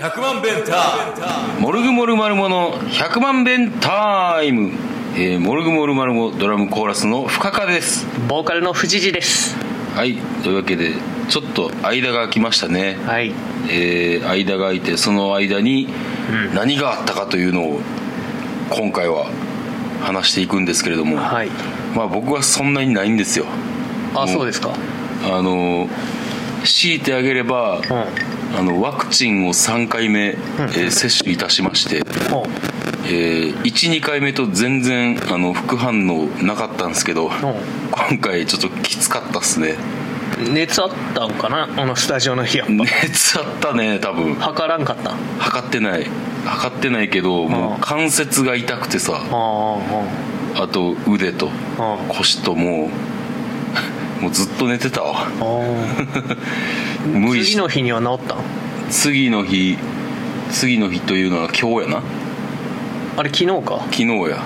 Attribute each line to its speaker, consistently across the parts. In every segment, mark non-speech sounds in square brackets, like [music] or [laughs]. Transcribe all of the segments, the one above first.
Speaker 1: 100万弁タ
Speaker 2: モルグモルマルモの100万弁タイム、えーモルグモルマルモドラムコーラスのフカカです
Speaker 3: ボーカルの藤次です
Speaker 2: はいというわけでちょっと間が空きましたね、
Speaker 3: はい
Speaker 2: えー間が空いてその間に
Speaker 3: うん
Speaker 2: 何があったかというのを今回は話していくんですけれども、
Speaker 3: はい
Speaker 2: まあ僕はそんなにないんですよ
Speaker 3: あ
Speaker 2: ん
Speaker 3: そうですか
Speaker 2: あの強いてあげれば、あのワクチンを3回目、えー接種いたしまして、
Speaker 3: お
Speaker 2: えー12回目と全然あの副反応なかったんですけど、今回ちょっときつかったっすね
Speaker 3: 熱あったんかなあのスタジオの日やっぱ
Speaker 2: 熱あったね多分
Speaker 3: 測らんかったあ
Speaker 2: 測ってない測ってないけども
Speaker 3: あ
Speaker 2: う関節が痛くてさ
Speaker 3: あ
Speaker 2: あと腕と
Speaker 3: ああ
Speaker 2: 腰ともう [laughs] もうずっと寝てたわ
Speaker 3: [laughs] ああ
Speaker 2: 無理し
Speaker 3: 次の日には治ったん
Speaker 2: 次の日次の日というのは今日やな
Speaker 3: あれ昨日か
Speaker 2: 昨日や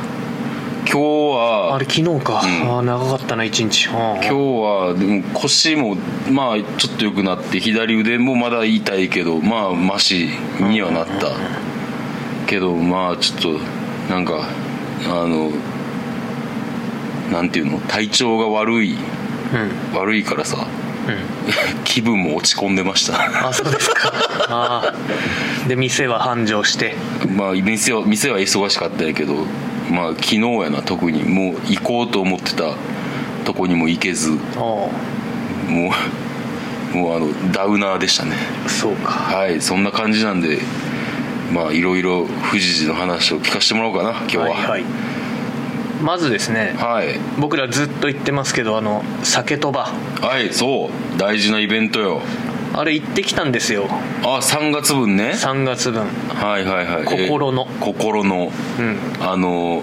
Speaker 2: 今日は
Speaker 3: あれ昨日か、
Speaker 2: うん
Speaker 3: ああ長かったな一日今
Speaker 2: 今日はでも腰もまあちょっと良くなって左腕もまだ痛いけどまあマシにはなったけどまあちょっとなんかあのなんていうの体調が悪い
Speaker 3: うんうん
Speaker 2: 悪いからさ [laughs] 気分も落ち込んでました [laughs]
Speaker 3: あそうですかああで店は繁盛して
Speaker 2: まあ店は店は忙しかったんやけどまあ昨日やな特にもう行こうと思ってたとこにも行けず
Speaker 3: あ
Speaker 2: もうもうあのダウナーでしたね
Speaker 3: あそうか
Speaker 2: はいそんな感じなんでまあいろいろ富士寺の話を聞かせてもらおうかな今日ははい
Speaker 3: い、はい、まずですね
Speaker 2: はい、
Speaker 3: 僕らずっと言ってますけどあの酒とば
Speaker 2: そう大事なイベントよ
Speaker 3: あれ行ってきたんですよ
Speaker 2: あ3月分ね
Speaker 3: 3月分
Speaker 2: はいはいはい
Speaker 3: 心の
Speaker 2: えー心の
Speaker 3: うん
Speaker 2: あの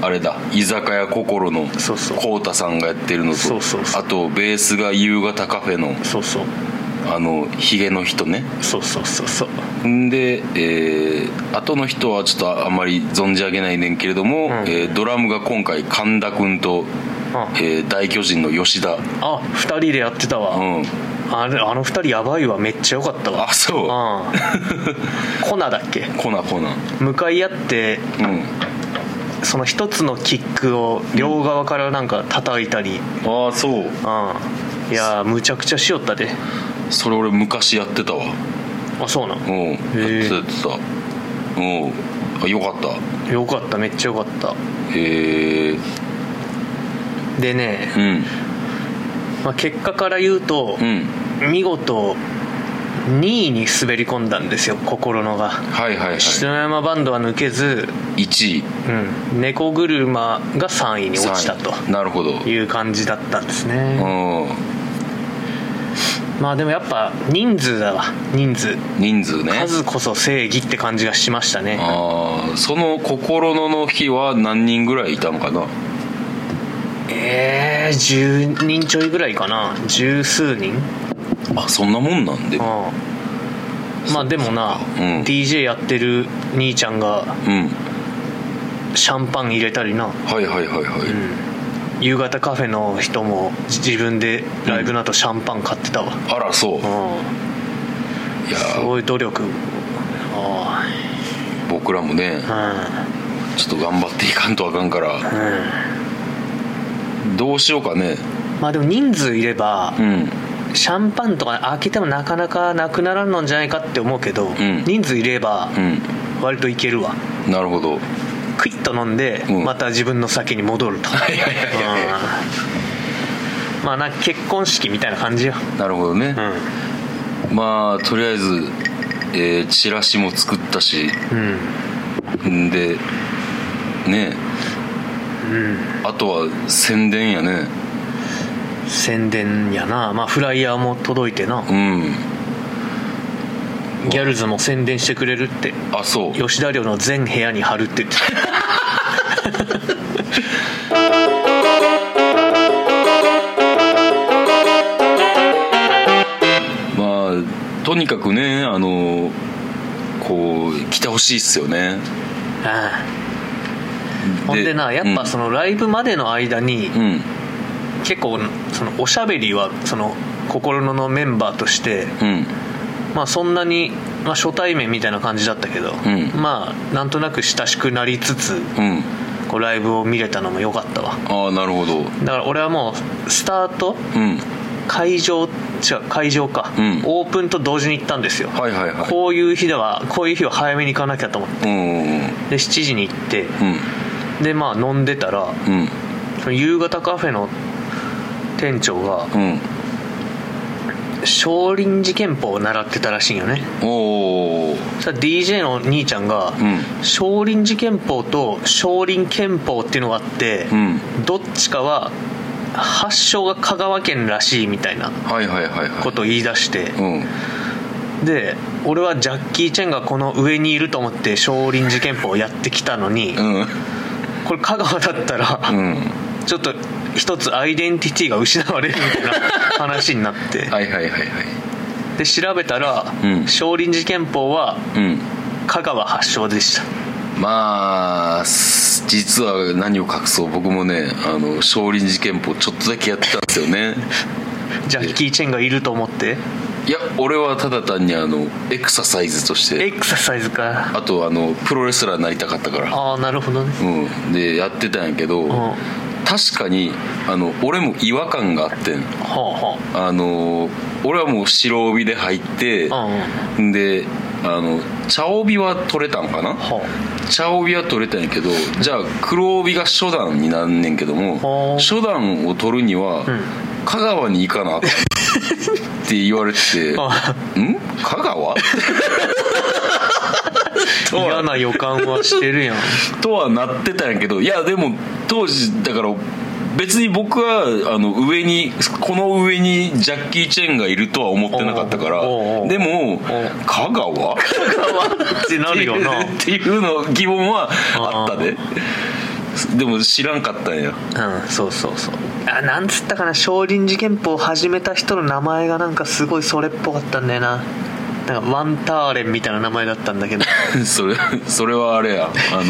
Speaker 2: あれだ居酒屋心の
Speaker 3: そうそう
Speaker 2: こうたさんがやってるのと
Speaker 3: そうそうそう
Speaker 2: あとベースが夕方カフェの
Speaker 3: そうそう
Speaker 2: あのヒゲの人ね
Speaker 3: そうそうそうそうん
Speaker 2: で、えー後の人はちょっとあんまり存じ上げないねんけれども、
Speaker 3: ん
Speaker 2: えードラムが今回神田君と、
Speaker 3: あ
Speaker 2: えー大巨人の吉田
Speaker 3: あ二人でやってた
Speaker 2: う
Speaker 3: わ、
Speaker 2: ん
Speaker 3: あれあの二人やばいわめっちゃよかったわ
Speaker 2: あそう
Speaker 3: ああ
Speaker 2: [laughs]
Speaker 3: コナだっけ
Speaker 2: コナコナ
Speaker 3: 向かい合って
Speaker 2: うん
Speaker 3: その一つのキックを両側からなんか叩いたり、
Speaker 2: ああそう
Speaker 3: ああいやーむちゃくちゃしよったで
Speaker 2: それ俺昔やってたわ
Speaker 3: あそうな
Speaker 2: うんんやってたやってたうんあよかった
Speaker 3: よかっためっちゃよかった
Speaker 2: えー、
Speaker 3: でね、
Speaker 2: うん
Speaker 3: まあ、結果から言うと
Speaker 2: う、ん
Speaker 3: 見事2位に滑り込んだんですよ心のが
Speaker 2: はいはいはい
Speaker 3: 篠山バンドは抜けず、
Speaker 2: 1位
Speaker 3: うん、猫車が3位に落ちたと
Speaker 2: 三位なるほど
Speaker 3: いう感じだったんです
Speaker 2: う
Speaker 3: ね、
Speaker 2: ん
Speaker 3: まあでもやっぱ人数だわ人数
Speaker 2: 人数ね
Speaker 3: 数こそ正義って感じがしましたね
Speaker 2: ああその心のの日は何人ぐらいいたのかな
Speaker 3: ええー、10人ちょいぐらいかな十数人
Speaker 2: あそんなもんなんで
Speaker 3: うんまあでもな、
Speaker 2: うん
Speaker 3: DJ やってる兄ちゃんが
Speaker 2: うん
Speaker 3: シャンパン入れたりな、
Speaker 2: はいはいはいはい、
Speaker 3: 夕方カフェの人も自分でライブの後シャンパン買ってたわ、
Speaker 2: あらそう、
Speaker 3: う
Speaker 2: い
Speaker 3: ん、
Speaker 2: や
Speaker 3: す
Speaker 2: ー
Speaker 3: ごい努力あ
Speaker 2: 僕らもね
Speaker 3: あ
Speaker 2: ちょっと頑張っていかんとあかんから
Speaker 3: うんうん
Speaker 2: どうしようかね
Speaker 3: まあでも人数いれば
Speaker 2: う、ん
Speaker 3: シャンパンとか開けてもなかなかなくならんのんじゃないかって思うけど、
Speaker 2: ん
Speaker 3: 人数いれば
Speaker 2: うん
Speaker 3: 割といけるわ
Speaker 2: なるほど
Speaker 3: クイッと飲んで、
Speaker 2: うん
Speaker 3: また自分の先に戻ると
Speaker 2: いはいはいはい
Speaker 3: うんまあなんか結婚式みたいな感じよ
Speaker 2: なるほどね
Speaker 3: う、ん
Speaker 2: まあとりあえず、えーチラシも作ったし
Speaker 3: うん
Speaker 2: んでねあとは宣伝やね
Speaker 3: 宣伝やなまあフライヤーも届いてな
Speaker 2: うん
Speaker 3: ギャルズも宣伝してくれるって
Speaker 2: あそう
Speaker 3: 吉田寮の全部屋に貼るって言ってた
Speaker 2: まあとにかくねあのこう来てほしいっすよね [laughs]
Speaker 3: ああほんでなやっぱそのライブまでの間に
Speaker 2: うん、うん
Speaker 3: 結構そのおしゃべりはその心ののメンバーとして
Speaker 2: うん
Speaker 3: まあそんなに、まあ、初対面みたいな感じだったけど、
Speaker 2: ん
Speaker 3: まあなんとなく親しくなりつつ
Speaker 2: うん
Speaker 3: こうライブを見れたのも良かったわ
Speaker 2: ああなるほど
Speaker 3: だから俺はもうスタート
Speaker 2: うん
Speaker 3: 会場違う会場か、
Speaker 2: うん
Speaker 3: オープンと同時に行ったんですよ、
Speaker 2: はいはいはい
Speaker 3: こういう日ではこういう日は早めに行かなきゃと思って
Speaker 2: うんうん
Speaker 3: で7時に行って
Speaker 2: うん
Speaker 3: でまあ飲んでたら
Speaker 2: うん
Speaker 3: その夕方カフェの店長が
Speaker 2: うん
Speaker 3: 少林寺拳法を習ってたらしいんよね
Speaker 2: おお
Speaker 3: さ DJ の兄ちゃんが、
Speaker 2: うん
Speaker 3: 少林寺拳法と少林拳法っていうのがあって、
Speaker 2: うん
Speaker 3: どっちかは発祥が香川県らしいみたいな
Speaker 2: はいはいはいは
Speaker 3: ことを言い出して
Speaker 2: いうん
Speaker 3: で俺はジャッキー・チェンがこの上にいると思って少林寺拳法をやってきたのに、
Speaker 2: うん
Speaker 3: これ香川だったら、
Speaker 2: うん
Speaker 3: ちょっと一つアイデンティティが失われるみたいな話になって
Speaker 2: はいはいはいはい
Speaker 3: で調べたら、
Speaker 2: うん
Speaker 3: 少林寺拳法は
Speaker 2: うん
Speaker 3: 香川発祥でした
Speaker 2: まあす実は何を隠そう僕もねあの少林寺拳法ちょっとだけやってたんですよね
Speaker 3: ジャッキー・チェンがいると思って
Speaker 2: いや俺はただ単にあのエクササイズとして
Speaker 3: エクササイズか
Speaker 2: あとあのプロレスラーになりたかったから
Speaker 3: ああなるほどね
Speaker 2: うんでやってたんやけど、
Speaker 3: ん
Speaker 2: 確かにあの俺も違和感があってん
Speaker 3: ほうほう
Speaker 2: あの俺はもう白帯で入って
Speaker 3: うんうん
Speaker 2: であの茶帯は取れたんかな
Speaker 3: ほ
Speaker 2: 茶帯は取れたんやけどじゃあ黒帯が初段になんねんけど
Speaker 3: ほ
Speaker 2: も
Speaker 3: う
Speaker 2: 初段を取るには
Speaker 3: ん
Speaker 2: 香川に行かなあかんって言われてて「ん
Speaker 3: [laughs] あ
Speaker 2: 香川?」
Speaker 3: う嫌な予感はして [laughs] るやん
Speaker 2: とはなってたんやけどいやでも当時だから別に僕はあの上にこの上にジャッキー・チェンがいるとは思ってなかったか
Speaker 3: お
Speaker 2: ら
Speaker 3: うおうおう
Speaker 2: でも
Speaker 3: う
Speaker 2: 香川
Speaker 3: ってなるよな
Speaker 2: [laughs] っていうの疑問はあったででも知らんかったんや [laughs]
Speaker 3: うんそうそうそうあなんつったかな少林寺拳法を始めた人の名前がなんかすごいそれっぽかったんだよななんかワンターレンみたいな名前だったんだけど
Speaker 2: それそれはあれやあ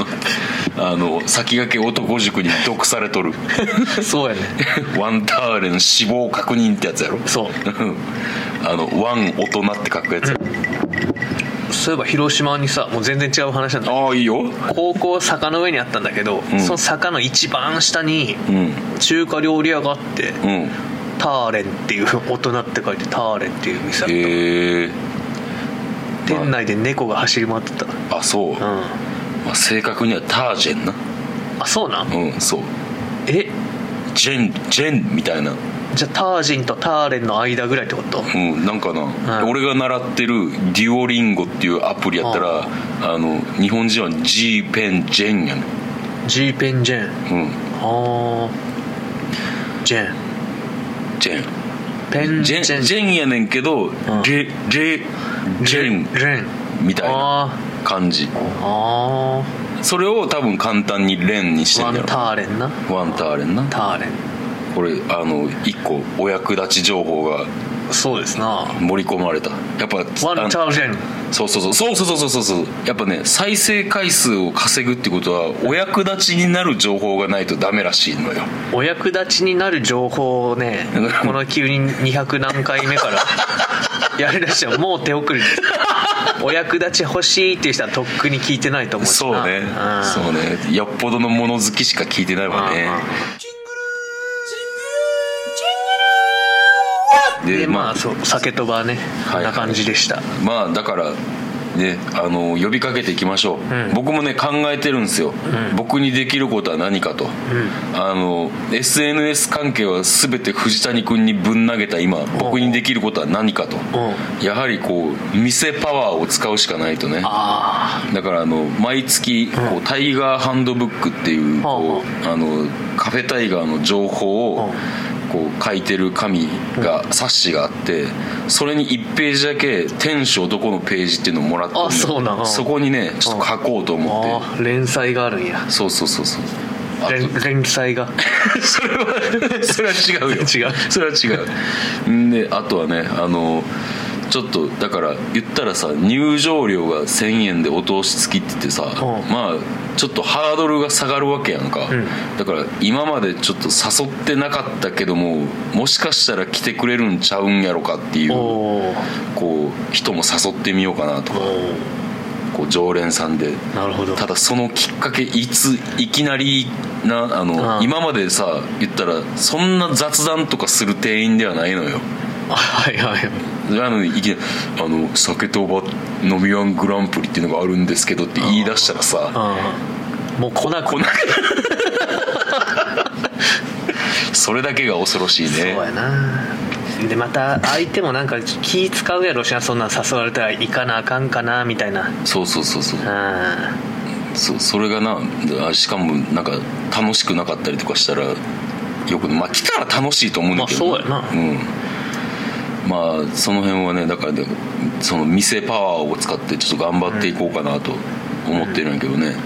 Speaker 2: のあの先駆け男塾に毒されとる
Speaker 3: [laughs]
Speaker 2: [laughs]
Speaker 3: そうやね
Speaker 2: ワンターレン死亡確認ってやつやろ [laughs]
Speaker 3: そう
Speaker 2: うんあのワン大人って書くやつ、
Speaker 3: そういえば広島にさもう全然違う話なんだ
Speaker 2: ああいいよ
Speaker 3: 高校坂の上にあったんだけど、
Speaker 2: ん
Speaker 3: その坂の一番下に
Speaker 2: うん
Speaker 3: 中華料理屋があって、
Speaker 2: うん
Speaker 3: ターレンっていう大人って書いてターレンっていう店あった
Speaker 2: へえ
Speaker 3: 店内で猫が走り回ってたうん
Speaker 2: あそう、まあ、正確にはタージェンな
Speaker 3: あそうなん
Speaker 2: うんそう
Speaker 3: え
Speaker 2: ジェンジェンみたいな
Speaker 3: じゃあタージンとターレンの間ぐらいってこと
Speaker 2: うんなんかな、
Speaker 3: うん
Speaker 2: 俺が習ってるデュオリンゴっていうアプリやったらあの日本人は G ペンジェンやね
Speaker 3: G ペンジェン
Speaker 2: うん
Speaker 3: あージェン
Speaker 2: ジェン
Speaker 3: ペン
Speaker 2: ジ
Speaker 3: ジ
Speaker 2: ェ
Speaker 3: ェ
Speaker 2: ン
Speaker 3: ン
Speaker 2: ジェンやねんけど、レレジェン
Speaker 3: レン
Speaker 2: みたいな
Speaker 3: あ
Speaker 2: 感じ
Speaker 3: ーあ
Speaker 2: それを多分簡単にレンにし
Speaker 3: ー
Speaker 2: て
Speaker 3: ワ
Speaker 2: ん
Speaker 3: ン
Speaker 2: や
Speaker 3: タ
Speaker 2: ろ
Speaker 3: ーレンな
Speaker 2: ワンターレンな
Speaker 3: ターレン
Speaker 2: これあの一個お役立ち情報が
Speaker 3: そうですなワン
Speaker 2: 盛り込まれたやっぱ
Speaker 3: ターレン
Speaker 2: そうそうそうそうそうそうそうそうやっぱね再生回数を稼ぐってことはお役立ちになる情報がないとダメらしいのよ
Speaker 3: お役立ちになる情報をねこの急に200何回目
Speaker 2: [laughs]
Speaker 3: からやりだしたらもう手遅れですお役立ち欲しいっていう人はとっくに聞いてないと思うし
Speaker 2: そう
Speaker 3: な
Speaker 2: ね
Speaker 3: ん
Speaker 2: そうねよっぽどの物好きしか聞いてないわね
Speaker 3: で
Speaker 2: で
Speaker 3: ま
Speaker 2: ま
Speaker 3: あそう酒とばねこ
Speaker 2: はい
Speaker 3: んな感じでした、
Speaker 2: あまあだからねあの呼びかけていきましょう、
Speaker 3: ん
Speaker 2: 僕もね考えてるんですよ、僕にできることは何かと、あの SNS 関係は全て藤谷君にぶん投げた今僕にできることは何かと、
Speaker 3: う
Speaker 2: やはりこう店パワーを使うしかないとね
Speaker 3: あ
Speaker 2: だからあの毎月こうタイガーハンドブックっていうこうあのカフェタイガーの情
Speaker 3: う
Speaker 2: 報を
Speaker 3: ん
Speaker 2: こう書いてる紙が冊子があってそれに1ページだけ「天使男」のページっていうのをもらってるの
Speaker 3: あそうなんうん
Speaker 2: そこにねちょっと書こうと
Speaker 3: あ
Speaker 2: 思っ
Speaker 3: あ
Speaker 2: て
Speaker 3: あ連載があるんや
Speaker 2: そうそうそうそうあと
Speaker 3: 連連載が
Speaker 2: [laughs] そ
Speaker 3: [laughs]
Speaker 2: れはそれは違うよ
Speaker 3: 違う
Speaker 2: それは違うんであとはねあのちょっとだから言ったらさ入場料が1000円でお通し付きって言ってさ、
Speaker 3: ん
Speaker 2: まあちょっとハードルが下がるわけやんか、
Speaker 3: ん
Speaker 2: だから今までちょっと誘ってなかったけどももしかしたら来てくれるんちゃうんやろかっていう
Speaker 3: おー
Speaker 2: こう人も誘ってみようかなと
Speaker 3: お
Speaker 2: かこう常連さんで
Speaker 3: ーなるほど
Speaker 2: ただそのきっかけいついきなりなあの
Speaker 3: うん
Speaker 2: 今までさ言ったらそんな雑談とかする店員ではないのよ
Speaker 3: あはいはい
Speaker 2: なのにいきなり「あの酒とば飲みワングランプリっていうのがあるんですけど」って言い出したらさ
Speaker 3: あーもう来なく
Speaker 2: こん
Speaker 3: な
Speaker 2: なそれだけが恐ろしい
Speaker 3: そう
Speaker 2: ね
Speaker 3: やなでまた相手もなんか気使うやろうしなそんなん誘われたら行かなあかんかなみたいな
Speaker 2: そうそうそうそう
Speaker 3: うん
Speaker 2: そうそれがなあしかもなんか楽しくなかったりとかしたらよくまあ来たら楽しいと思うんだけど
Speaker 3: まあそう
Speaker 2: うんまあその辺はねだからでその店パワーを使ってちょっと頑張っていこうかなと思ってるんやけどね、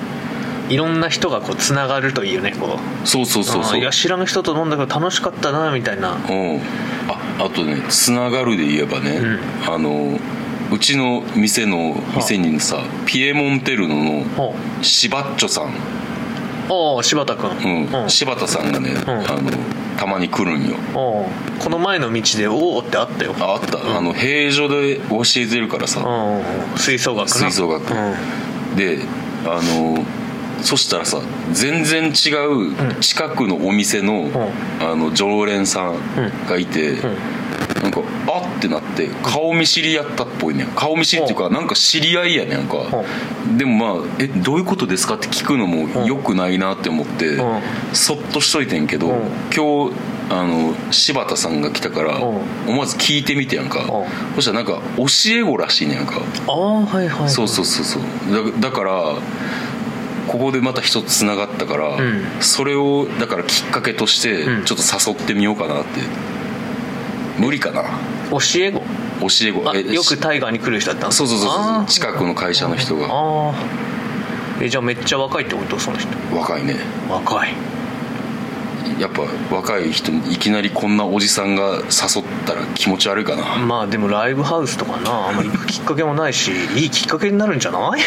Speaker 3: いろんな人がこうつながるといいよねこう
Speaker 2: そうそうそう
Speaker 3: あ
Speaker 2: そ
Speaker 3: ー
Speaker 2: う
Speaker 3: いや知らん人と飲んだけど楽しかったなみたいな
Speaker 2: うん、ああとねつながるで言えばね、あのうちの店の店にさ、ピエモンテルノの
Speaker 3: ほ
Speaker 2: シバッチョさん、
Speaker 3: うおお柴田君
Speaker 2: うん柴田さんがね、
Speaker 3: ん
Speaker 2: あのたまに来るんよ
Speaker 3: おうこの前の道で「おお」ってあったよ
Speaker 2: ああった、あの平所で教えてるから
Speaker 3: う
Speaker 2: さ、
Speaker 3: んうん吹奏楽な
Speaker 2: 吹奏楽
Speaker 3: うん
Speaker 2: であのそしたらさ全然違う近くのお店の,、あの常連さんがいて、なんかあってなって顔見知りやったっぽいねん顔見知りっていうかなんか知り合いやねんか、でもまあ「えどういうことですか?」って聞くのもよくないなって思って、
Speaker 3: ん
Speaker 2: そっとしといてんけど、
Speaker 3: ん
Speaker 2: 今日あの柴田さんが来たから、
Speaker 3: ん
Speaker 2: 思わず聞いてみてやんか、そしたらなんか教え子らしいねやんか、
Speaker 3: ああはいはい
Speaker 2: そうそうそうそうだだからここでまた一つつながったから、
Speaker 3: ん
Speaker 2: それをだからきっかけとして
Speaker 3: うん
Speaker 2: ちょっと誘ってみようかなって、無理かな
Speaker 3: 教え子
Speaker 2: 教え子
Speaker 3: あよく
Speaker 2: し
Speaker 3: タイガーに来る人だったの
Speaker 2: そうそうそうそ
Speaker 3: あ
Speaker 2: う
Speaker 3: ー
Speaker 2: 近くの会社の人が
Speaker 3: ああえじゃあめっちゃ若いってことその人
Speaker 2: 若いね
Speaker 3: 若い
Speaker 2: やっぱ若い人にいきなりこんなおじさんが誘ったら気持ち悪いかな
Speaker 3: まあでもライブハウスとかなあんまり行くきっかけもない
Speaker 2: [laughs]
Speaker 3: しいいきっかけになるんじゃない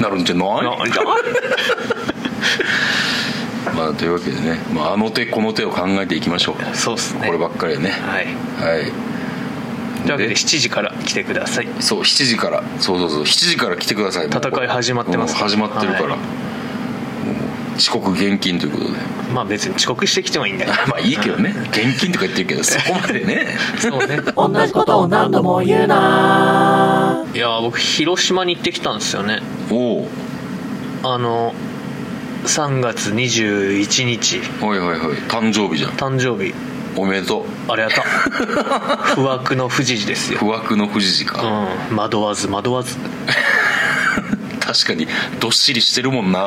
Speaker 2: なるんじゃない
Speaker 3: なじゃ
Speaker 2: まあ、というわけでね、まあ、あの手この手を考えていきましょう
Speaker 3: あそうっすね
Speaker 2: こればっかりはね
Speaker 3: はい
Speaker 2: はい
Speaker 3: というわけで7時から来てください
Speaker 2: そう7時からそうそうそう7時から来てくださいもう
Speaker 3: 戦い始まってます
Speaker 2: もう始まってるか
Speaker 3: はい
Speaker 2: ら、もう遅刻厳禁ということで
Speaker 3: まあ別に遅刻してきてもいいんだよ
Speaker 2: [laughs] まあいいけどね厳禁とか言ってる
Speaker 3: [laughs]
Speaker 2: けどそこまでね
Speaker 3: そうね
Speaker 4: 同じことを何度も言うな。
Speaker 3: いやー僕広島に行ってきたんですよね
Speaker 2: お
Speaker 3: あの3月21日
Speaker 2: おはいはいはい誕生日じゃん
Speaker 3: 誕生日
Speaker 2: おめでと
Speaker 3: あれやった [laughs] 不惑の富士寺です
Speaker 2: う
Speaker 3: よ、
Speaker 2: 不惑の富士寺か、
Speaker 3: うん、惑わず惑わず
Speaker 2: 確かにどっしりしてるも
Speaker 3: [laughs]
Speaker 2: んな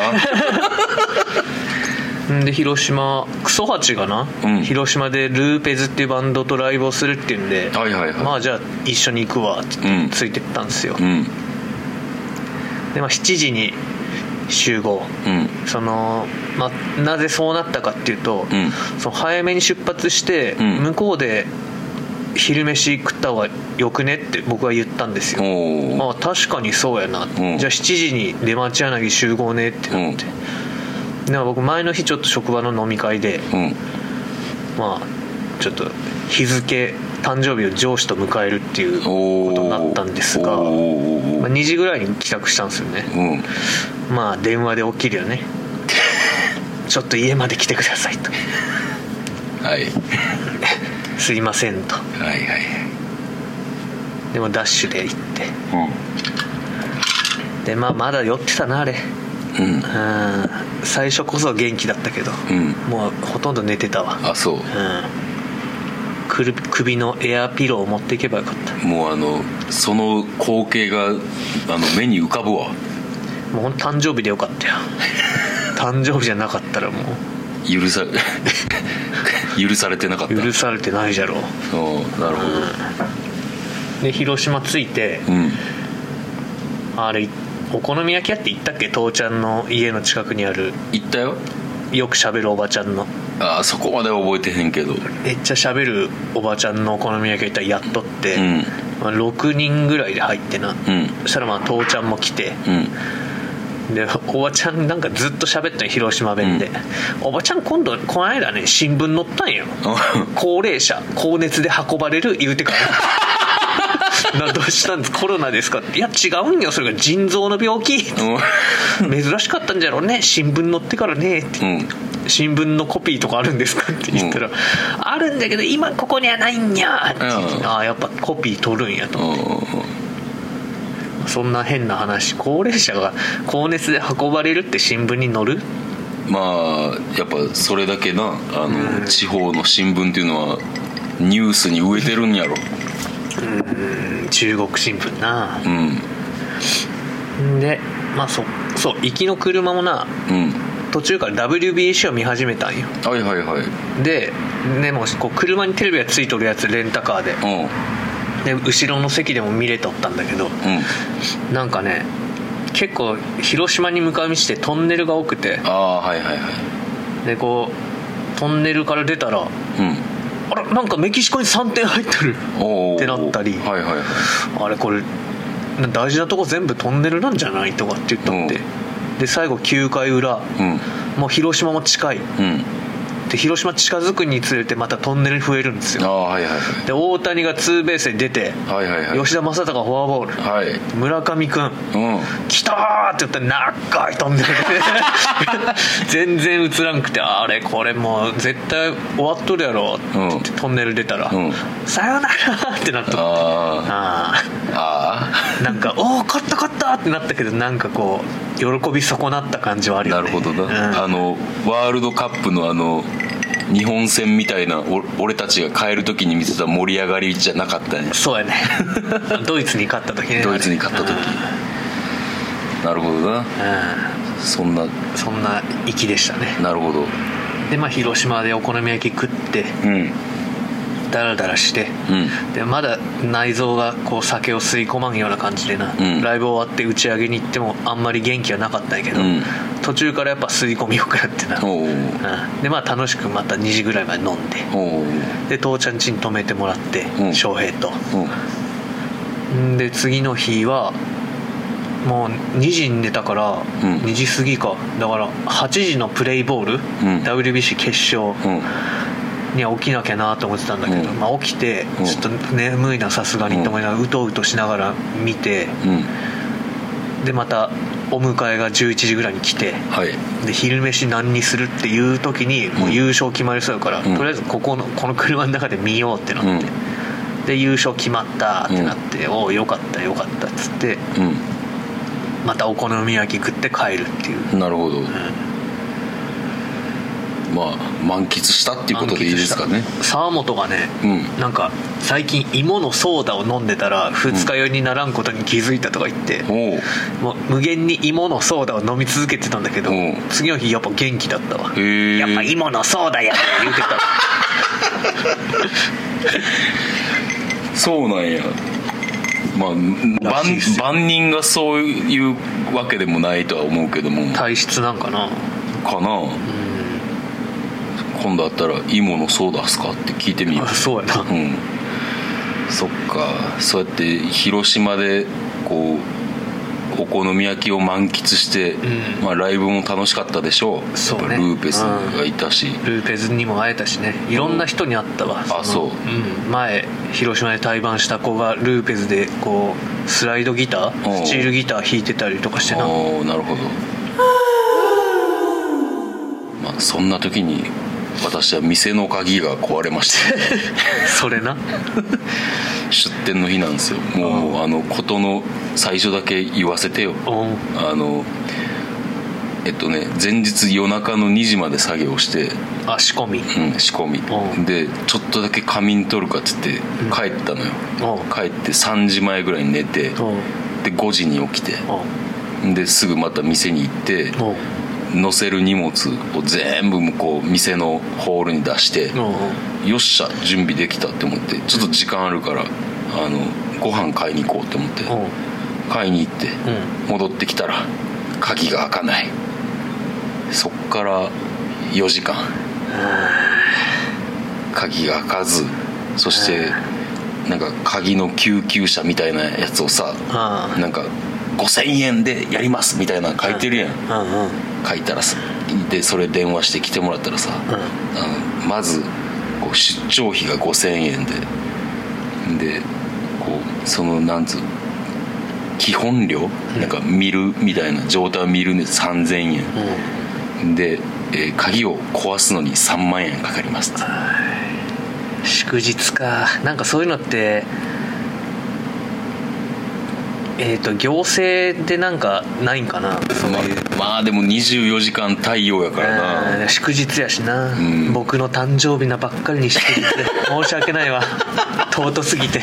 Speaker 3: んで広島クソハチがな、
Speaker 2: うん
Speaker 3: 広島でルーペズっていうバンドとライブをするっていうんで、
Speaker 2: はいはいはい、
Speaker 3: まあじゃあ一緒に行くわって言って
Speaker 2: うん
Speaker 3: ついてったんですよ、
Speaker 2: うん
Speaker 3: でまあ7時に集合
Speaker 2: うん
Speaker 3: その、まあ、なぜそうなったかっていうと、
Speaker 2: うん
Speaker 3: その早めに出発して、
Speaker 2: うん
Speaker 3: 向こうで昼飯食った方がよくねって僕は言ったんですよ
Speaker 2: おお、
Speaker 3: まあ確かにそうやな、
Speaker 2: ん
Speaker 3: じゃあ7時に出町柳集合ねってなって、でも僕前の日ちょっと職場の飲み会で
Speaker 2: うん
Speaker 3: まあちょっと日付誕生日を上司と迎えるっていう
Speaker 2: おお
Speaker 3: ことになったんですが、ま
Speaker 2: おーおーお
Speaker 3: あ、
Speaker 2: ー
Speaker 3: 2時ぐらいに帰宅したんですよね
Speaker 2: うん
Speaker 3: まあ電話で起きるよ
Speaker 2: [laughs]
Speaker 3: ねちょっと家まで来てくださいと
Speaker 2: はい
Speaker 3: すいませんと
Speaker 2: はいはい
Speaker 3: でもダッシュで行って
Speaker 2: うん
Speaker 3: でまあまだ酔ってたなあれ
Speaker 2: うん
Speaker 3: うん最初こそ元気だったけど、
Speaker 2: うん
Speaker 3: もうほとんど寝てたわ
Speaker 2: あそう
Speaker 3: うんくる首のエアピローを持っていけばよかった
Speaker 2: もうあのその光景があの目に浮かぶわ
Speaker 3: もうほんと誕生日でよか
Speaker 2: [laughs]
Speaker 3: ったよ誕生日じゃなかったらも
Speaker 2: 許さ [laughs] 許されてなかった
Speaker 3: う許されてないじゃろう
Speaker 2: おーなるほ
Speaker 3: で広島着いて
Speaker 2: どうん
Speaker 3: あれお好み焼き屋って行ったっけ父ちゃんの家の近くにある
Speaker 2: 行ったよ
Speaker 3: よくしゃべるおばちゃんの
Speaker 2: あーそこまでは覚えてへんけど
Speaker 3: めっちゃ喋るおばちゃんのお好み焼き屋行ったらやっとって、
Speaker 2: うん
Speaker 3: まあ、6人ぐらいで入ってな、
Speaker 2: うん
Speaker 3: そしたらまあ父ちゃんも来て、
Speaker 2: うん [laughs]
Speaker 3: でおばちゃんなんかずっと喋ったの広島弁で、おばちゃん今度この間ね新聞載ったんよ
Speaker 2: あ
Speaker 3: 高齢者高熱で運ばれる言うてから [laughs] などうしたんですコロナですかっていや違うんよそれが腎臓の病気珍しかったんじゃろうね新聞載ってからねって
Speaker 2: うんうん
Speaker 3: 新聞のコピーとかあるんですかって言ったら、
Speaker 2: う
Speaker 3: あるんだけど今ここにはないんやって言って、
Speaker 2: うん
Speaker 3: ああやっぱコピー取るんやと、
Speaker 2: う
Speaker 3: そんな変な話高齢者が高熱で運ばれるって新聞に載る
Speaker 2: んまあやっぱそれだけなあの、地方の新聞っていうのはニュースに植えてるんやろ
Speaker 3: 中国新聞な
Speaker 2: うん
Speaker 3: んでまあそそう行きの車もな
Speaker 2: うん
Speaker 3: 途中から WBC を見始めたんよ
Speaker 2: はいはいはい
Speaker 3: ででもこう車にテレビがついとるやつレンタカーで
Speaker 2: うん
Speaker 3: で後ろの席でも見れとったんだけど
Speaker 2: うん
Speaker 3: なんかね結構広島に向かう道でトンネルが多くて
Speaker 2: ああはいはいはい
Speaker 3: でこうトンネルから出たら
Speaker 2: うん
Speaker 3: あらなんかメキシコに3点入ってる
Speaker 2: おー
Speaker 3: ってなったり
Speaker 2: はいはいはい
Speaker 3: あれこれな大事なとこ全部トンネルなんじゃないとかって言ったって、で最後9回裏、
Speaker 2: うん
Speaker 3: もう広島も近い
Speaker 2: うん
Speaker 3: で広島近づくにつれてまたトンネル増えるんです
Speaker 2: あ
Speaker 3: よ
Speaker 2: あはいはい
Speaker 3: で大谷がツーベースに出て、
Speaker 2: はいはいはいはい
Speaker 3: 吉田正尚がフォアボール、
Speaker 2: はい
Speaker 3: 村上君
Speaker 2: うん
Speaker 3: 来たーって言ったら長いトンネル
Speaker 2: [laughs]
Speaker 3: で全然映らんくてあれこれもう絶対終わっとるやろって言って
Speaker 2: う
Speaker 3: トンネル出たら、
Speaker 2: うん
Speaker 3: さよならってなっとった
Speaker 2: あ
Speaker 3: あー
Speaker 2: ああ
Speaker 3: なんか「おお勝った勝った!」ってなったけどなんかこう喜び損なった感じはあ
Speaker 2: あ
Speaker 3: る
Speaker 2: な
Speaker 3: よ
Speaker 2: る
Speaker 3: ね
Speaker 2: ほどな、
Speaker 3: うん
Speaker 2: あのワールドカップのあの日本戦みたいなお俺たちが帰る時に見てた盛り上がりじゃなかったね
Speaker 3: そう
Speaker 2: [laughs]
Speaker 3: やねドイツに勝った時ね
Speaker 2: ドイツに勝った時なるほどな
Speaker 3: うん、うん
Speaker 2: そんな
Speaker 3: そんな粋でしたね
Speaker 2: なるほど
Speaker 3: でまあ広島でお好み焼き食って
Speaker 2: うん
Speaker 3: ダラダラして
Speaker 2: うん
Speaker 3: でまだ内臓がこう酒を吸い込まんような感じでな、
Speaker 2: うん
Speaker 3: ライブ終わって打ち上げに行ってもあんまり元気はなかったんやけど、
Speaker 2: うん
Speaker 3: 途中からやっぱ吸い込みよくなってな、
Speaker 2: おお
Speaker 3: うんでまあ楽しくまた2時ぐらいまで飲んで
Speaker 2: おお
Speaker 3: で父ちゃん家に泊めてもらって、
Speaker 2: うん
Speaker 3: 翔平と
Speaker 2: うん
Speaker 3: んで次の日はもう2時に寝たから、
Speaker 2: うん
Speaker 3: 2時過ぎかだから8時のプレイボール、
Speaker 2: ん
Speaker 3: WBC 決勝
Speaker 2: うん
Speaker 3: には起きなきゃなと思ってたんだけど、
Speaker 2: うん
Speaker 3: まあ、起きて
Speaker 2: うん
Speaker 3: ちょっと眠いなさすがにと思いながらうとうとしながら見て
Speaker 2: うん
Speaker 3: でまたお迎えが11時ぐらいに来て
Speaker 2: はい
Speaker 3: で昼飯何にするっていう時にもう優勝決まりそうだから、
Speaker 2: うん
Speaker 3: とりあえずここのこの車の中で見ようってなって、
Speaker 2: うん
Speaker 3: で優勝決まったってなって、おおよかったよかったっつって
Speaker 2: う
Speaker 3: またお好み焼き食って帰るっていうん
Speaker 2: なるほどまあ満喫したっていうことでいいですか
Speaker 3: 満
Speaker 2: ね
Speaker 3: 喫した沢本がね、
Speaker 2: うん
Speaker 3: なんか最近芋のソーダを飲んでたら二日酔いにならんことに気づいたとか言って、
Speaker 2: おお
Speaker 3: もう無限に芋のソーダを飲み続けてたんだけど
Speaker 2: うん
Speaker 3: 次の日やっぱ元気だったわ
Speaker 2: へえ
Speaker 3: やっぱ芋のソーダやね言って
Speaker 2: [laughs]
Speaker 3: た
Speaker 2: そうなんやまあ
Speaker 3: らしいっ
Speaker 2: 万
Speaker 3: すよ
Speaker 2: 万人がそういうわけでもないとは思うけどもか
Speaker 3: 体質なんかな
Speaker 2: な今度あったら「いいものそうだすか?」って聞いてみ
Speaker 3: [laughs]
Speaker 2: よ
Speaker 3: あ
Speaker 2: う
Speaker 3: そうやな、
Speaker 2: うんそっかそうやって広島でこうお好み焼きを満喫して、
Speaker 3: うん
Speaker 2: まあ、ライブも楽しかったでしょう
Speaker 3: そうね
Speaker 2: やっぱルーペスがいたし、
Speaker 3: ルーペズにも会えたしねいろんな人に会ったわ、の
Speaker 2: そう
Speaker 3: うん、前広島で対バンした子がルーペズでこうスライドギタ
Speaker 2: お
Speaker 3: ー
Speaker 2: う
Speaker 3: スチールギター弾いてたりとかしてな
Speaker 2: おーなるほど、まあ、そんな時に私は店の鍵が壊れまして
Speaker 3: [laughs] それな
Speaker 2: 出店の日なんですよもうもうあのことの最初だけ言わせてよ
Speaker 3: おう
Speaker 2: あのえっとね前日夜中の2時まで作業して、
Speaker 3: あ仕込み
Speaker 2: うん、仕込み、
Speaker 3: うん
Speaker 2: でちょっとだけ仮眠取るかっつって帰ったのよ、
Speaker 3: おう
Speaker 2: 帰って3時前ぐらいに寝て
Speaker 3: おう
Speaker 2: で5時に起きて
Speaker 3: おう
Speaker 2: ですぐまた店に行って
Speaker 3: おう
Speaker 2: 載せる荷物を全部こう店のホールに出して
Speaker 3: おう
Speaker 2: よっしゃ準備できたって思ってちょっと時間あるからあのご飯買いに行こうって思って
Speaker 3: おう
Speaker 2: 買いに行って
Speaker 3: ん
Speaker 2: 戻ってきたら鍵が開かないそっから4時間鍵が開かずそしてなんか鍵の救急車みたいなやつをさ
Speaker 3: あ
Speaker 2: なんか5000円でやりますみたいなの書いてるやん
Speaker 3: うんうん
Speaker 2: 書いたらさでそれ電話して来てもらったらさ、あのまずこう出張費が5000円ででこうそのなんつう基本料、なんか見るみたいな状態を見るんで3000円で、えー鍵を壊すのに3万円かかりますって
Speaker 3: 祝日かなんかそういうのってえっ、と行政でなんかないんかなそういう
Speaker 2: まあまあでも24時間対応やからな
Speaker 3: うん祝日やしな、
Speaker 2: ん
Speaker 3: 僕の誕生日なばっかりに祝日 [laughs] で申し訳ないわ尊すぎて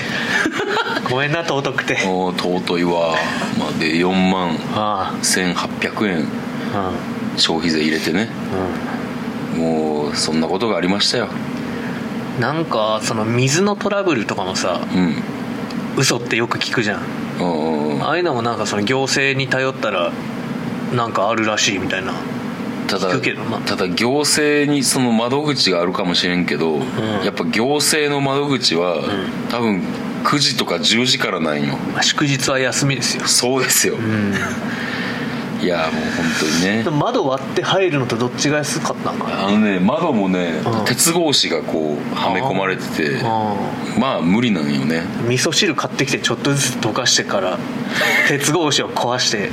Speaker 3: ごめんな尊くて
Speaker 2: おー尊いわ、まあ、で4万
Speaker 3: あ
Speaker 2: 1800円
Speaker 3: あ
Speaker 2: 消費税入れてね
Speaker 3: うんうん
Speaker 2: もうそんなことがありましたよ
Speaker 3: なんかその水のトラブルとかもさ
Speaker 2: うん
Speaker 3: 嘘ってよく聞くじゃん
Speaker 2: うんうんうん
Speaker 3: ああいうのもなんかその行政に頼ったらなんかあるらしいみたいな
Speaker 2: ただ
Speaker 3: 聞くけどな
Speaker 2: ただ行政にその窓口があるかもしれんけど、やっぱ行政の窓口は、多分9時とか10時からなんよ
Speaker 3: まあ祝日は休みですよ
Speaker 2: そうですよ、
Speaker 3: うん
Speaker 2: いやもう本当にね
Speaker 3: でも窓割って入るのとどっちが安かったのかな
Speaker 2: あのね窓もね、
Speaker 3: うん
Speaker 2: 鉄格子がこうはめ込まれてて
Speaker 3: あ
Speaker 2: まあ無理なんよね [laughs]
Speaker 3: 味噌汁買ってきてちょっとずつ溶かしてから鉄格子を壊して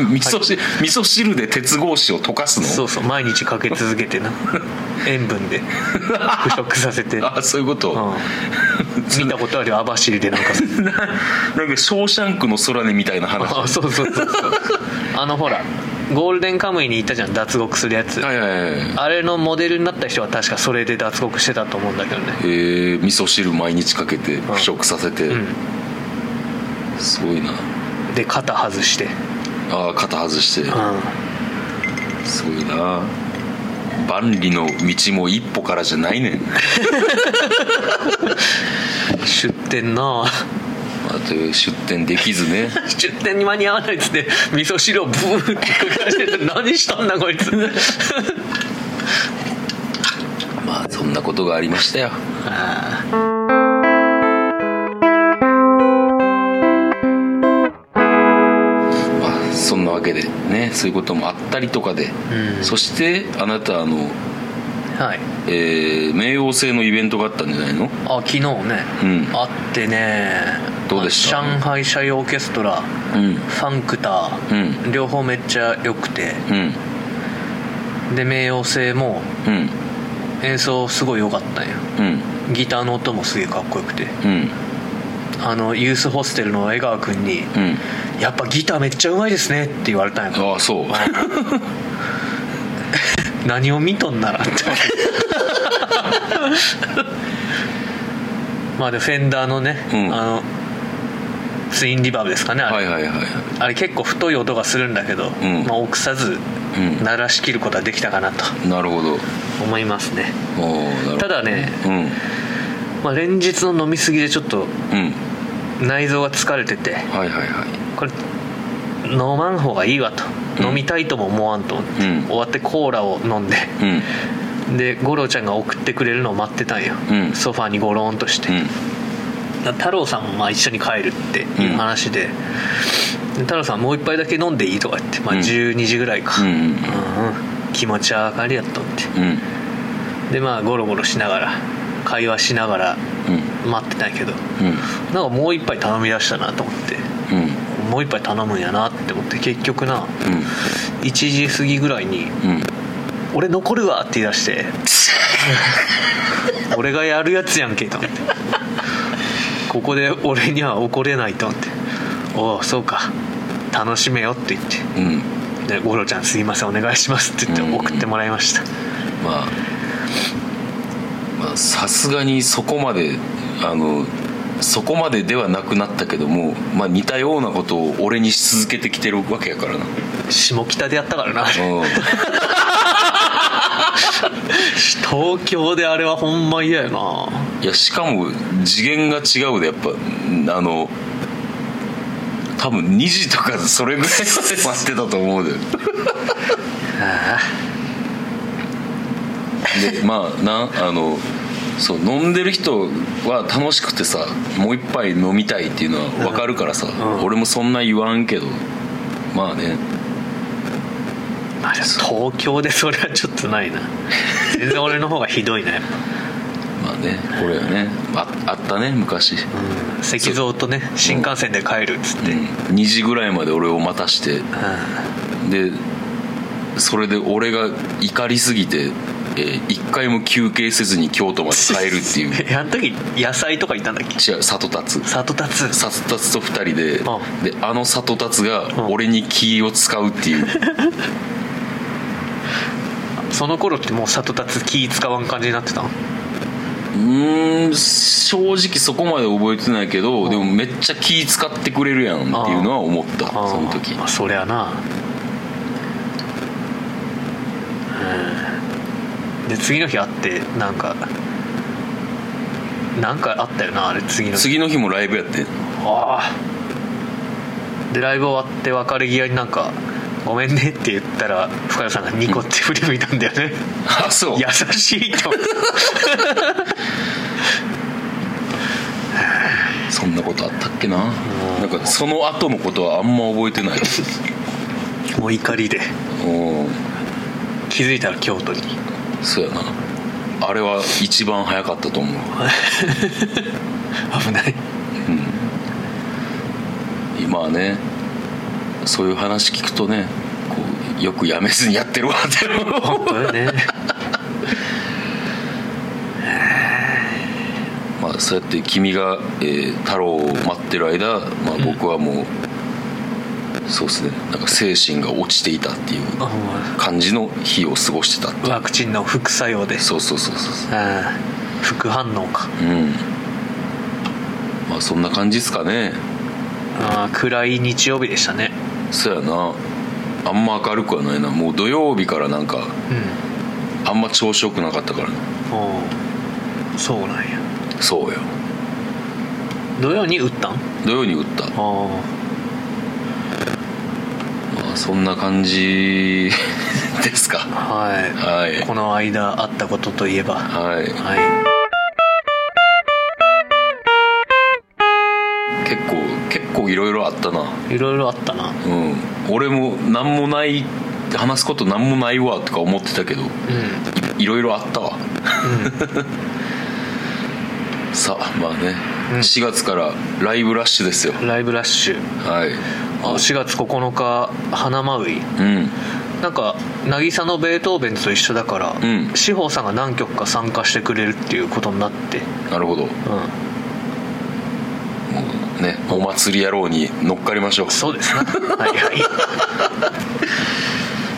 Speaker 2: 味噌汁味噌汁で鉄格子を溶かすの
Speaker 3: そうそう毎日かけ続けてな塩分で腐食させ [laughs] て、うん、
Speaker 2: あそういうこと、
Speaker 3: 見たことあるよ網走でなんか
Speaker 2: なんか「ショーシャンクの空に」みたいな話
Speaker 3: あそうそうそうそうあのほらゴールデンカムイにいたじゃん脱獄するやつ、
Speaker 2: はいはいはいはい
Speaker 3: あれのモデルになった人は確かそれで脱獄してたと思うんだけどね
Speaker 2: えー、味噌汁毎日かけて腐食させて、
Speaker 3: うん
Speaker 2: すごいな
Speaker 3: で肩外して
Speaker 2: あー肩外して
Speaker 3: う
Speaker 2: すごいな万里の道も一歩からじゃないねん、ま
Speaker 3: ん出店な
Speaker 2: あ、という出店できずね
Speaker 3: 出店に間に合わないっつって味噌汁をブーってかかして
Speaker 2: [laughs]
Speaker 3: て何したんだこいつ
Speaker 2: まあそんなことがありましたよまあそんなわけでねそういうこともあったりとかで、
Speaker 3: うん
Speaker 2: そしてあなたあの、
Speaker 3: はい
Speaker 2: えー冥王星のイベントがあったんじゃないの
Speaker 3: あ昨日ね、
Speaker 2: うん
Speaker 3: あってね
Speaker 2: どうでした
Speaker 3: 上海社用オーケストラ
Speaker 2: うん
Speaker 3: ファンクター、両方めっちゃ良くて
Speaker 2: うん
Speaker 3: で冥王星も
Speaker 2: うん
Speaker 3: 演奏すごい良かったんよ
Speaker 2: うん
Speaker 3: ギターの音もすげえかっこよくて
Speaker 2: うん
Speaker 3: あのユースホステルの江川君に
Speaker 2: うん
Speaker 3: 「やっぱギターめっちゃうまいですね」って言われたんやから
Speaker 2: ああそう
Speaker 3: 何を見とんな
Speaker 2: [laughs]
Speaker 3: らってまあでフェンダーのね、
Speaker 2: うん
Speaker 3: あのツインリバーブですかねあれ,、
Speaker 2: はいはいはい
Speaker 3: あれ結構太い音がするんだけど、
Speaker 2: ん
Speaker 3: まあ、臆さず
Speaker 2: うん
Speaker 3: 鳴らしきることはできたかなと
Speaker 2: なるほど
Speaker 3: 思いますね、
Speaker 2: おーなるほど
Speaker 3: ただね、
Speaker 2: うん
Speaker 3: まあ、連日の飲み過ぎでちょっと
Speaker 2: うん
Speaker 3: 内臓が疲れてて
Speaker 2: はいはいはい
Speaker 3: これ飲まん方がいいわと、飲みたいとも思わんと思って、
Speaker 2: うん
Speaker 3: 終わってコーラを飲んで
Speaker 2: うん
Speaker 3: で五郎ちゃんが送ってくれるのを待ってたんよ、
Speaker 2: うん
Speaker 3: ソファーにゴロンとして、だから太郎さんもまあ一緒に帰るっていう話で,、で太郎さんもう一杯だけ飲んでいいとか言って、まあ、
Speaker 2: うん
Speaker 3: 12時ぐらいか、
Speaker 2: う
Speaker 3: うん
Speaker 2: んうん
Speaker 3: うん気持ち上がりやったって
Speaker 2: うんうん
Speaker 3: でまあゴロゴロしながら会話しながら
Speaker 2: うん
Speaker 3: 待ってたんやけど
Speaker 2: うん
Speaker 3: なんかもう一杯頼みだしたなと思って
Speaker 2: うん
Speaker 3: もう一杯頼むんやなって思って結局な
Speaker 2: うん
Speaker 3: 1時過ぎぐらいに
Speaker 2: うん
Speaker 3: 「俺残るわ」って言い出
Speaker 2: [laughs]
Speaker 3: して「俺がやるやつやんけ」と思ってここで俺には怒れないと思って「おおそうか楽しめよ」って言って
Speaker 2: うん
Speaker 3: 「で五郎ちゃんすいませんお願いします」って言っ
Speaker 2: うん
Speaker 3: て送ってもらいました
Speaker 2: まあまあさすがにそこまであのそこまでではなくなったけども、まあ、似たようなことを俺にし続けてきてるわけやからな
Speaker 3: 下北でやったからなあれ
Speaker 2: うん
Speaker 3: 東京であれはほんま嫌やない
Speaker 2: やしかも次元が違うでやっぱんあの多分2時とかそれぐらいまで待ってたと思うででまあなあのそう飲んでる人は楽しくてさもう一杯飲みたいっていうのは分かるからさ、
Speaker 3: ん
Speaker 2: 俺もそんな言わんけどまあね
Speaker 3: まあでも東京でそれはちょっとないな全然俺の方がひどいなやっぱ
Speaker 2: まあねこれはねああったね昔、 [laughs]
Speaker 3: 石像とね新幹線で帰るっつって、
Speaker 2: うん2時ぐらいまで俺を待たしてでそれで俺が怒りすぎて、えー一回も休憩せずに京都まで帰るってい
Speaker 3: [laughs]
Speaker 2: う
Speaker 3: えあの時野菜とかいたんだっけ
Speaker 2: 違う里達
Speaker 3: 里達
Speaker 2: 里達と2人で
Speaker 3: あ
Speaker 2: であの里達
Speaker 3: あ
Speaker 2: が俺に気を使うっていう
Speaker 3: その頃ってもう里達気使わん感じになってたの
Speaker 2: うーん正直そこまで覚えてないけどでもめっちゃ気使ってくれるやんっていうのは思った
Speaker 3: あー
Speaker 2: その時
Speaker 3: まあ、そりゃなうんで次の日会ってなんかなんかあったよなあれ次の日
Speaker 2: 次の日もライブやって
Speaker 3: ああでライブ終わって別れ際になんか「ごめんね」って言ったら深谷さんがニコって振り向いたんだよね、
Speaker 2: [laughs] あそう
Speaker 3: [laughs] 優しいって思っ
Speaker 2: そんなことあったっけななんかその後のことはあんま覚えてない
Speaker 3: たもう怒りで
Speaker 2: おー
Speaker 3: 気づいたら京都に
Speaker 2: そうやなあれは一番早かったと思う
Speaker 3: 危ない
Speaker 2: 今はねそういう話聞くとねこうよくやめずにやってるわっ
Speaker 3: [laughs]
Speaker 2: て
Speaker 3: 本当よね
Speaker 2: まあそうやって君が、えー太郎を待ってる間、まあ、僕はもう、そうですねなんか精神が落ちていたっていう
Speaker 3: あも
Speaker 2: 感じの日を過ごしてたって
Speaker 3: うワクチンの副作用で
Speaker 2: そうそうそうそうそ
Speaker 3: ああ副反応か
Speaker 2: ううんまあそんな感じですかね
Speaker 3: ああ暗い日曜日でしたね
Speaker 2: そうやなあんま明るくはないなもう土曜日からなんか
Speaker 3: うん
Speaker 2: あんま調子よくなかったからね
Speaker 3: おうそうなんや
Speaker 2: そうよ
Speaker 3: 土曜に打ったんあ
Speaker 2: 土曜に打った
Speaker 3: あ
Speaker 2: まあ、そんな感じ [laughs] ですか
Speaker 3: はい、
Speaker 2: はい
Speaker 3: この間あったことといえばは
Speaker 2: はい
Speaker 3: い
Speaker 2: 結構結構いろいろあったない
Speaker 3: ろいろあったな
Speaker 2: うん俺も何もない話すこと何もないわとか思ってたけど
Speaker 3: うん
Speaker 2: いろいろあったわ [laughs] さあまあね、
Speaker 3: うん
Speaker 2: 4月からライブラッシュですよ
Speaker 3: ライブラッシュ
Speaker 2: はい
Speaker 3: あ4月9日花マウイ
Speaker 2: うん
Speaker 3: なんか渚のベートーベンと一緒だから、
Speaker 2: ん
Speaker 3: 志保さんが何曲か参加してくれるっていうことになって
Speaker 2: なるほども
Speaker 3: う
Speaker 2: うねお祭り野郎に乗っかりましょうん
Speaker 3: そう [laughs] ですなはいはい、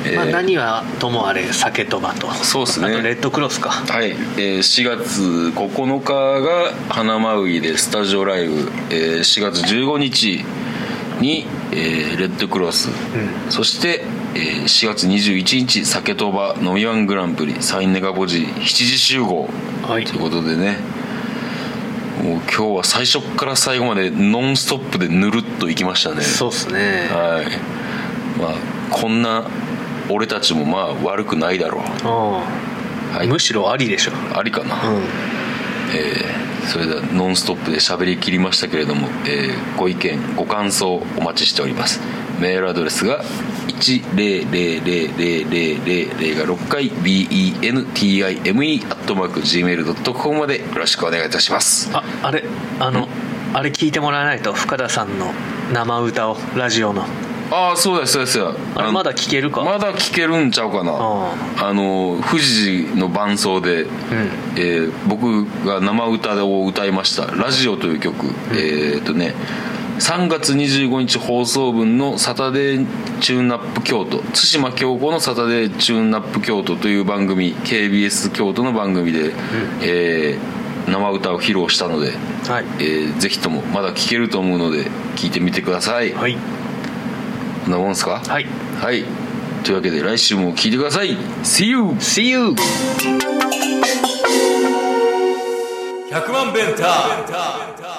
Speaker 2: えー
Speaker 3: まあ、何はともあれ酒とばと
Speaker 2: そうっすね
Speaker 3: あとレッドクロスか
Speaker 2: はい、えー4月9日が花まうぎでスタジオライブ、えー4月15日に、えーレッドクロス、
Speaker 3: ん
Speaker 2: そして、えー4月21日酒とば飲みワングランプリサインネガポジ7時集合
Speaker 3: はい
Speaker 2: ということでねもう今日は最初から最後までノンストップでぬるっといきましたね
Speaker 3: そうっすね
Speaker 2: はいまあこんな俺たちもまあ悪くないだろう
Speaker 3: うん、
Speaker 2: はい
Speaker 3: むしろありでしょ
Speaker 2: ありかな、
Speaker 3: うん
Speaker 2: えーそれでは「ノンストップ!」で喋りきりましたけれども、えーご意見ご感想お待ちしておりますメールアドレスが1000000が6回 bentime.gmail.com までよろしくお願いいたします
Speaker 3: ああれあのあれ聞いてもらわないと深田さんの生歌をラジオの
Speaker 2: ああそうですそうです
Speaker 3: あれまだ聞けるか、
Speaker 2: まだ聞けるんちゃうかな
Speaker 3: あ
Speaker 2: あの富士の伴奏で、えー僕が生歌を歌いました「ラジオ」という曲、えーっとね3月25日放送分の「サタデーチューンナップ京都」対馬京子の「サタデーチューンナップ京都」という番組 KBS 京都の番組で、えー生歌を披露したので、
Speaker 3: はい
Speaker 2: えーぜひともまだ聴けると思うので聴いてみてください、
Speaker 3: はい
Speaker 2: こんなもんですか
Speaker 3: はい
Speaker 2: はい、というわけで来週も聴いてください See you!
Speaker 3: See you!
Speaker 1: 100万ベンター